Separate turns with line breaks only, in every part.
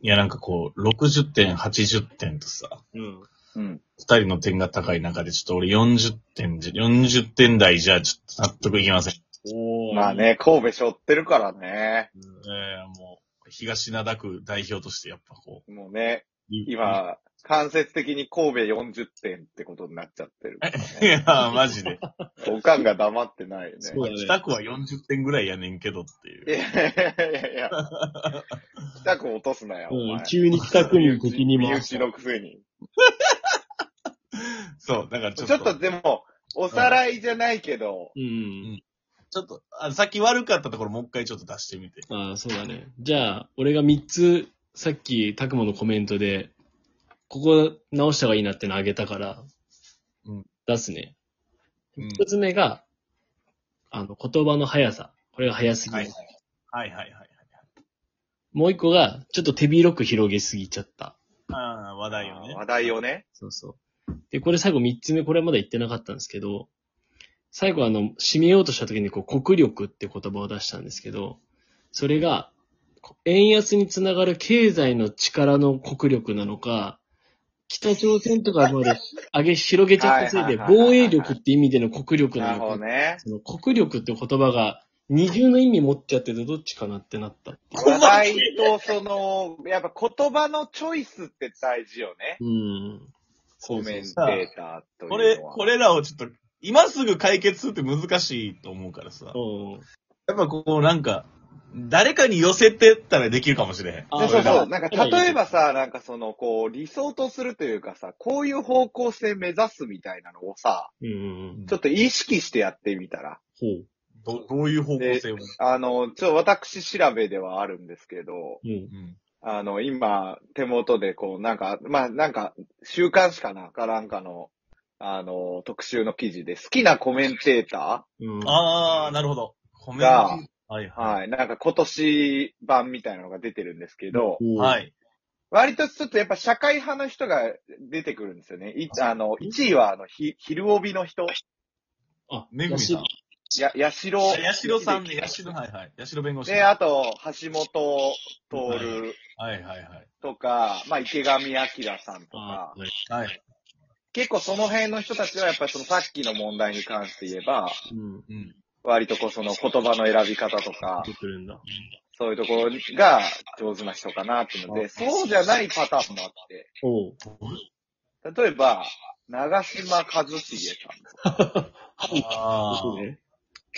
いや、なんかこう、60点、80点とさ、
うん。
うん。
二人の点が高い中で、ちょっと俺40点じゃ、40点台じゃ、ちょっと納得いきません。
おー
まあ。ね、神戸背負ってるからね。
うん
えー、もう、東灘区代表としてやっぱこう。
もうね、
い、
今、間接的に神戸40点ってことになっちゃってるから
い
ね。
やー、マジで。
おかんが黙ってないよね。
そうだね北区は40点ぐらいやねんけどって
い
いう。
やいやいやいや。北区落とすなよ、お
う
前
ん、。急に北区民的に
身
回
内のくせに。
そう、だからち
ち
ょ
ょ
っ
っ
と、ちょっ
とでも、おさらいじゃないけど、
うん。
と、あさっき悪かったところもう一回ちょっと出してみて。
ああ、そうだね。じゃあ、俺が3つ、さっき、たくまのコメントで、ここ直した方がいいなってのあげたから、
うん
出すね。
うん。
1つ目が、あの、言葉の速さ。これが速すぎる。
はいはいはいはいはい。
もう一個が、ちょっと手広く広げすぎちゃった。
ああ、話題よね。
話題をね。
そうそう。で、これ最後3つ目、これまだ言ってなかったんですけど、最後あの、締めようとした時にこう、国力って言葉を出したんですけど、それが、こ円安につながる経済の力の国力なのか、北朝鮮とかまで上げ、広げちゃったせいで、
はいはいはいはい
防衛力って意味での国力
な
な
る
の
ほど
か、
ね。
その国力って言葉が二重の意味持っちゃっててどっちかなってなったっていう。
話題とその、やっぱ言葉のチョイスって大事よね。
うん。そ
コ
うそ
メ
う
ンテ
そ
ーターと
こ
い
れ、
うのは。
これらをちょっと、今すぐ解決するって難しいと思うからさ。
う。うん
やっぱこうなんか、誰かに寄せてったらできるかもしれへん。
あ
でそう
俺
そ
ら
う。なんか、例えばさ、なんかその、こう、理想とするというかさ、こういう方向性目指すみたいなのをさ、
うんうんうん。
ちょっと意識してやってみたら。
ほう。
どどういう方向性を。
あの、ちょ、私調べではあるんですけど、
うん。
うん。
あの、今、手元でこう、なんか、まあ、なんか、週刊誌かなからんかの、あの、特集の記事で、好きなコメンテータ
うん。
あー、なるほど。コメント。
が
はい
ー
は
はい。なんか今年版みたいなのが出てるんですけど、
い。
は。
はいい。
割とちょっとやっぱ社会派の人が出てくるんですよね。いあの、1位はあの、ひ、昼帯の人。
あ、
めぐみさん。
や、やしろ。
やしろさんね、やしろ、はいはい。やしろ弁護士。
で、
は
あと、橋本徹
いはいはい。
とか、まあ、池上彰さんと
あ
か、
はい。
はい。
結構その辺の人たちはやっぱりそのさっきの問題に関して言えば、
うん。
うん。
割とこうその言葉の選び方とか、
出てるんだ。
そういうところが上手な人かなっていうので、そうじゃないパターンもあって、
おう。
例えば、長島和茂さ
あ
そう
ー。
ね。
ん、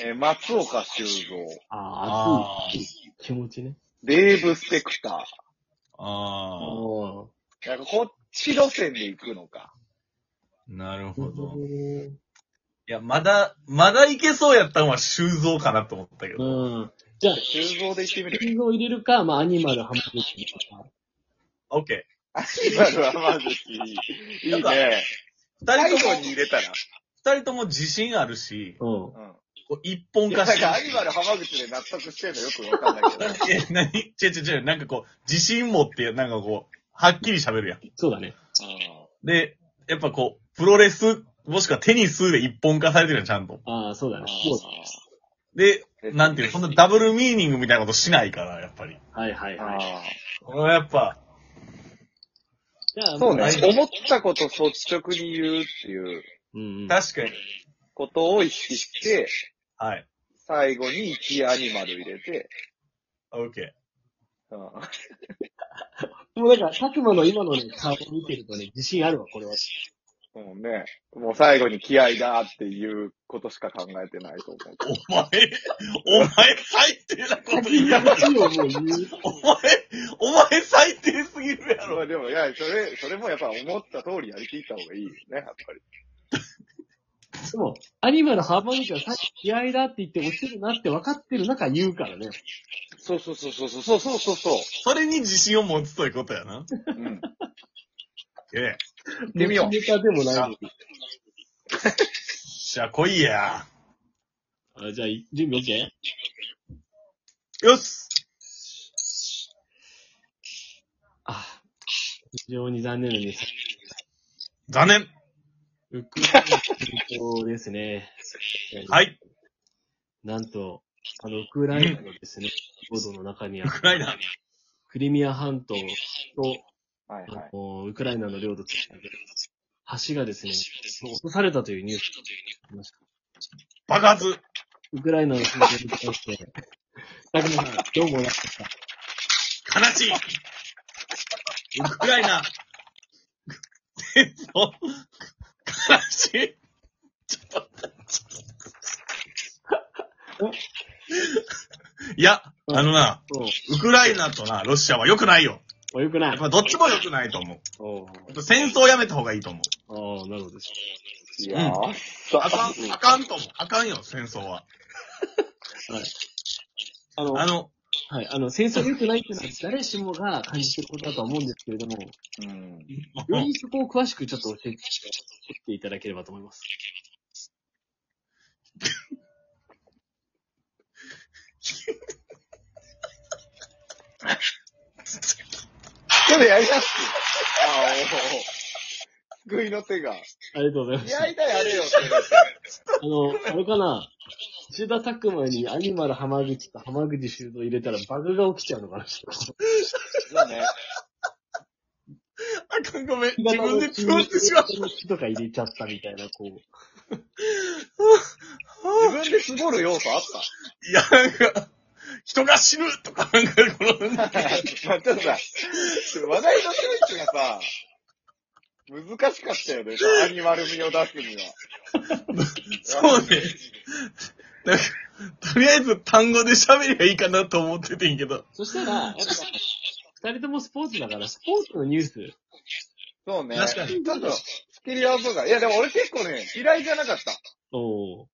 えー松岡修造。
ああ、熱い気持ちね。
デーブ・スペクタ
あ
あ
あ。
ー。なんかこっち路線で行くのか。
ー。なる
な
ほ
るほ
ど。
ど
いや、まだ、まだいけそうやったのは修造かなと思ったけど。
うん。じゃあ、
収蔵で行ってみる。
映像を入れるか、まあ、アニマルハマるか。
オッケ
アニマルはまずき。いいね。
ー。二
最
人と
後
も
に、入れたら。
二人とも自信あるし、
うん。
うん。
こう一本
いや
化
な
し
ん
てる
かアニマル浜口で納得してんのよくわかんないけど。
え、なに違う違う違う、なんかこう、自信持って、なんかこう、はっきり喋るやん。
そうだね。
で、やっぱこう、プロレス、もしくはテニスで一本化されてるやん、ちゃんと。
ああ、そうだね。そう
で、
うん
なんていうの、そんなダブルミーニングみたいなことしないから、やっぱり。
だ。はいはい
あ
はい。
これはやっぱ、
じゃあ、
ーそう
まあ
ね。思ったこと率直に言うっていう
うん。
確かに。
ことを意識して、
はい。
最後に一アニマル入れて、
オッケ
うん。
もうなんか、佐久間の今のね、顔を見てるとね、自信あるわ、これは。
もうね、もう最後に気合だっていうことしか考えてないと思う。
ー。お前、お前最低なこと言うやろ。
いいよ、もう言う。
お前、お前最低すぎるや
ま
ろ。
あでも、いや、それ、それもやっぱ思った通りやりきった方がいいよね、やっぱり。
でも、アニマルハマるからさっき気合いだって言って落ちるなって分かってる中言うからね。
そうそうそうそうそうそうそうそう。
それに自信を持つということやな。
うん。
ええ。
ってみよう
ネタでもないのに。
じゃあ来いや。
あじゃあ、準備 OK?
よし
あ、非常に残念なニュース。
残念
ウクライナの戦争ですね。。
はいい
なんと、あの、ウクライナのですね、領土の中にあ
ウ
る
クライナ。
クリミア半島と、
はいは
あ
い。
のウクライナの領土として橋がですね、落とされたというニュースがありました。
爆発
ウクライナの戦争に関して、たくさん、どう思いましたか
悲しいウクライナ戦争悲しいちょっと待って。いや、あのな、
おう
ウクライナとな、ロシアは良くないよ。
お、よくな
やっ
い。
ぱどっちも良くないと思う。
おう
やっぱ戦争やめた方がいいと思う。
ああ、なるほどです。
いやー、さ
あかん、あかんと思う。あかんよ、戦争は。
はい。あの、
あの、
はい、あの、戦争が良くないっていうのは 誰しもが感じてることだとは思うんですけれども、よ
うん。
りそこを詳しくちょっと教えて教えていただければと思います。
ちょっとやりやすい。ああ、おお。救いの手が。
ありがとうございました。
やりたい、あれよ、手が
あの、あれかな、石田拓馬にアニマル浜口と浜口修造入れたらバグが起きちゃうの かな。
そうね。
あかん、ごめん。自分で潰してしまった。
木とか入れちゃったみたいな、こう。
自分で絞る要素あっ
いや、なんか、人が死ぬとか、なんか、この、
たまあちょっとさ、話題のセンスがさ、難しかったよね、アニマル味を出すには。
そうね。なんか、とりあえず単語で喋りゃいいかなと思っててんけど。
そしたら、やっぱ、二人ともスポーツだから、スポーツのニュース。
そうね。
確かに
ちょっと、仕切り合わそうか。いや、でも俺結構ね、嫌いじゃなかった。
おー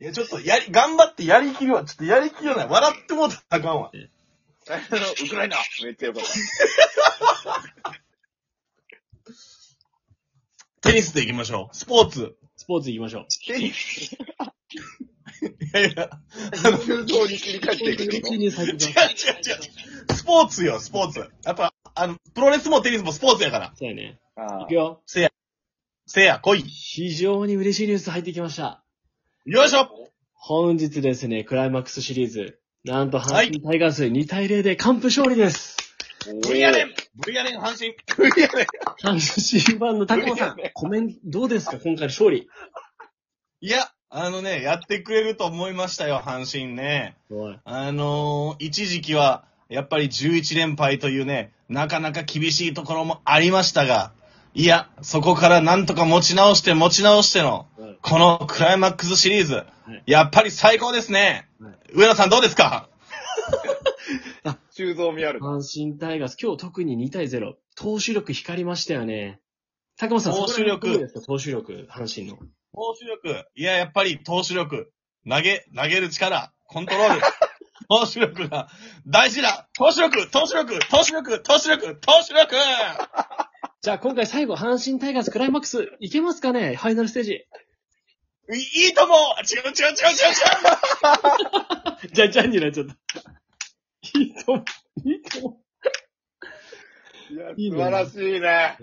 いや、ちょっと、やり、頑張ってやりきるわ。ちょっとやりきるない。笑ってもうたらあかんわ。
あ のウクライナめっちゃよかった。
テニスで行きましょう。スポーツ。
スポーツ行きましょう。
テニス、
いやいや、
通像に切り替えていくけど。
入先
違う違 う違う。スポーツよ、スポーツ。やっぱ、あの、プロレスもテニスもスポーツやから。
そうやね。
あ
行くよ。
せや、来い。
非常に嬉しいニュース入ってきました。
よいしょ
本日ですね、クライマックスシリーズ。なんと、阪神タイガース2対0で完封勝利です。
ブリアレンブリアレン阪神ブリアレン
阪神新版のタコさん、コメント、どうですか今回の勝利。
いや、あのね、やってくれると思いましたよ、阪神ね。
おい。
あのー一時期は、やっぱり11連敗というね、なかなか厳しいところもありましたが、いや、そこからなんとか持ち直して持ち直しての、このクライマックスシリーズ、やっぱり最高ですね。
はい
上野さんどうですか
修造見ある。
阪神タイガース、今日特に2対0。投手力光りましたよね。タコさん、
投手力
どうですか投手力、阪神の。
投手力。いや、やっぱり投手力。投げ、投げる力。コントロ ール。投手力が大事だ投手力投手力投手力投手力投手力
じゃあ今回最後、阪神タイガースクライマックス、いけますかねファイナルステージ。
いいいとも違う違う違う違う違う
じゃあ、じゃんになっちゃった。いいとも、いいとも。
いや、
いい
素
ね
晴らしいね。
いや、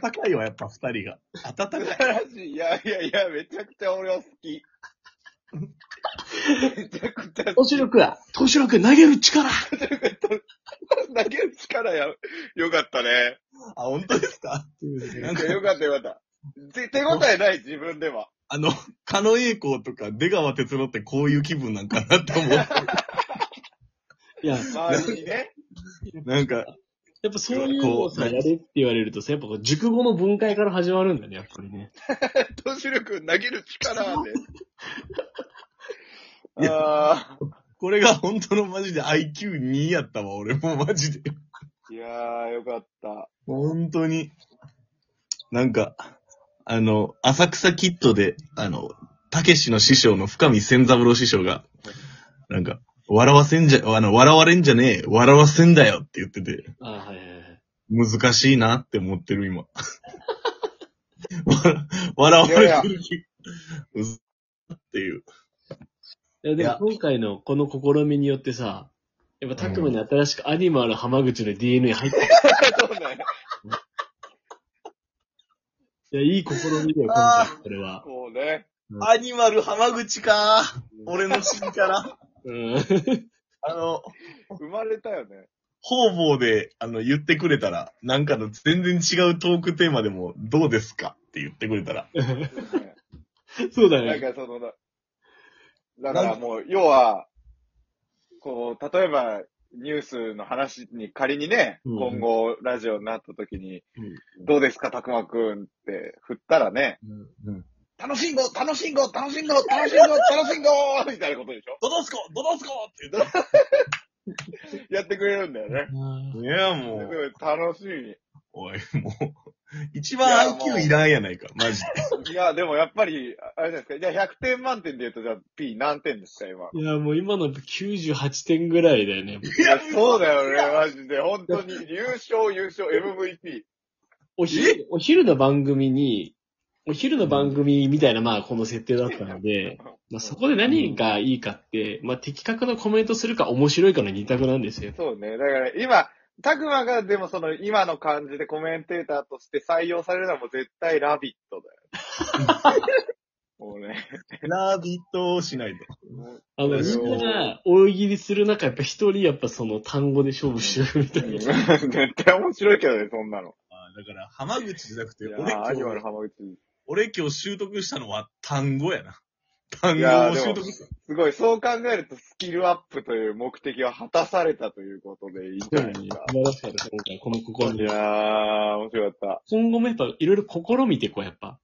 暖かいわ、やっぱ二人が。暖か
素
い。
晴らしい。いやいやいや、めちゃくちゃ俺は好き。めちゃくちゃ
投手力は、投手力、投げる力
投げる力や、よかったね。
あ、本当ですかなん
い
か
や、よかったよかった。ぜ手応えない、自分では。
あの、狩野英孝とか出川哲郎ってこういう気分なんかなって思う。
いや、
周りに ね。
なんか、
やっぱそういうのをさ、
こう
やれって言われるとさ、やっぱこう熟語の分解から始まるんだね、やっぱりね。
投手力、投げる力で。ああ。
これが本当のマジで IQ2 やったわ、俺もうマジで。
いやー、よかった。
本当に。なんか、あの、浅草キッドで、あの、たけしの師匠の深見千三郎師匠が、なんか、笑わせんじゃ、あの、笑われんじゃねえ、笑わせんだよって言ってて。
あはいはいはい。
難しいなって思ってる、今。 笑笑われてる気。うずっていう。
いや、で
いや
も今回のこの試みによってさ、やっぱタクマに新しくアニマル浜口の DNA 入ってる。
そうね。
いや、いい試みだよ、今
あ
回、これは。
こうね。
アニマル浜口か。俺の死から。
うん。
あの、
生まれたよね。
方々で、あの、言ってくれたら、なんかの全然違うトークテーマでも、どうですかって言ってくれたら。
そうだ
な
ね。
んかその、だだからもう、要は、こう、例えば、ニュースの話に仮にね、
うん
今後ラジオになった時に、
う
どうですか、たくまくんって振ったらね、楽しんご楽しんご楽しんご楽しんご楽しんごみたいなことでしょ
ドドスコドドスコって言っ
やってくれるんだよ
たら。
ね。
いや、も
す
う、
ごい楽しみ
おい、もう、一番 IQ いらんやないか、マジで。
に。いや、でもやっぱり、あれじゃないですか。じゃあ100点満点で言うと、じゃあ P 何点ですか、今。
いや、もう今の98点ぐらいだよね。
いや、そうだよね、マジで。本当に、 優勝、優勝、MVP。
お昼、お昼の番組に、お昼の番組みたいな、まあ、この設定だったので、まあ、そこで何がいいかって、まあ、的確なコメントするか面白いかの二択なんですよ。
そうね。だから今、たくまがでもその今の感じでコメンテーターとして採用されるのはもう絶対ラビット だよ。もうね。
ラビットをしないと。
あの、み
そ
ん
う
なが大喜利する中、やっぱ一人やっぱその単語で勝負しようみたいな。
絶対面白いけどね、そんなの。
あだから、浜口じゃなく
い
て、俺
やー、アニマ
今日、
ル浜口。
俺今日習得したのは単語やな。単
い
語
や
を
ーで
習
も
得した。
すごい、そう考えるとスキルアップという目的は果たされたということでいいんじ
そう
ゃな
だ
いで
ね
すか。
素晴らしかった、今回。この
い
試み。
やー、面白かった。
今後もやっぱいろいろ試みてこう、やっぱ。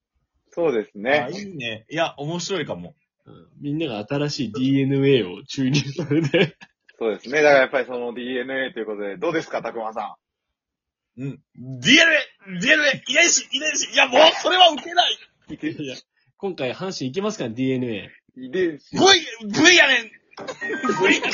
そうです
あ
ね。
いいね。いや、面白いかも。
うんみんなが新しい DNA を注入されて。
そうですね。だからやっぱりその DNA ということで、どうですか、たくまさん。
うん。DNA、DNA、遺伝子、遺伝子。いや、もう、それは受けない。
いや今回、阪神いけますから DNA。
遺伝子
V、V やねん。V やねん。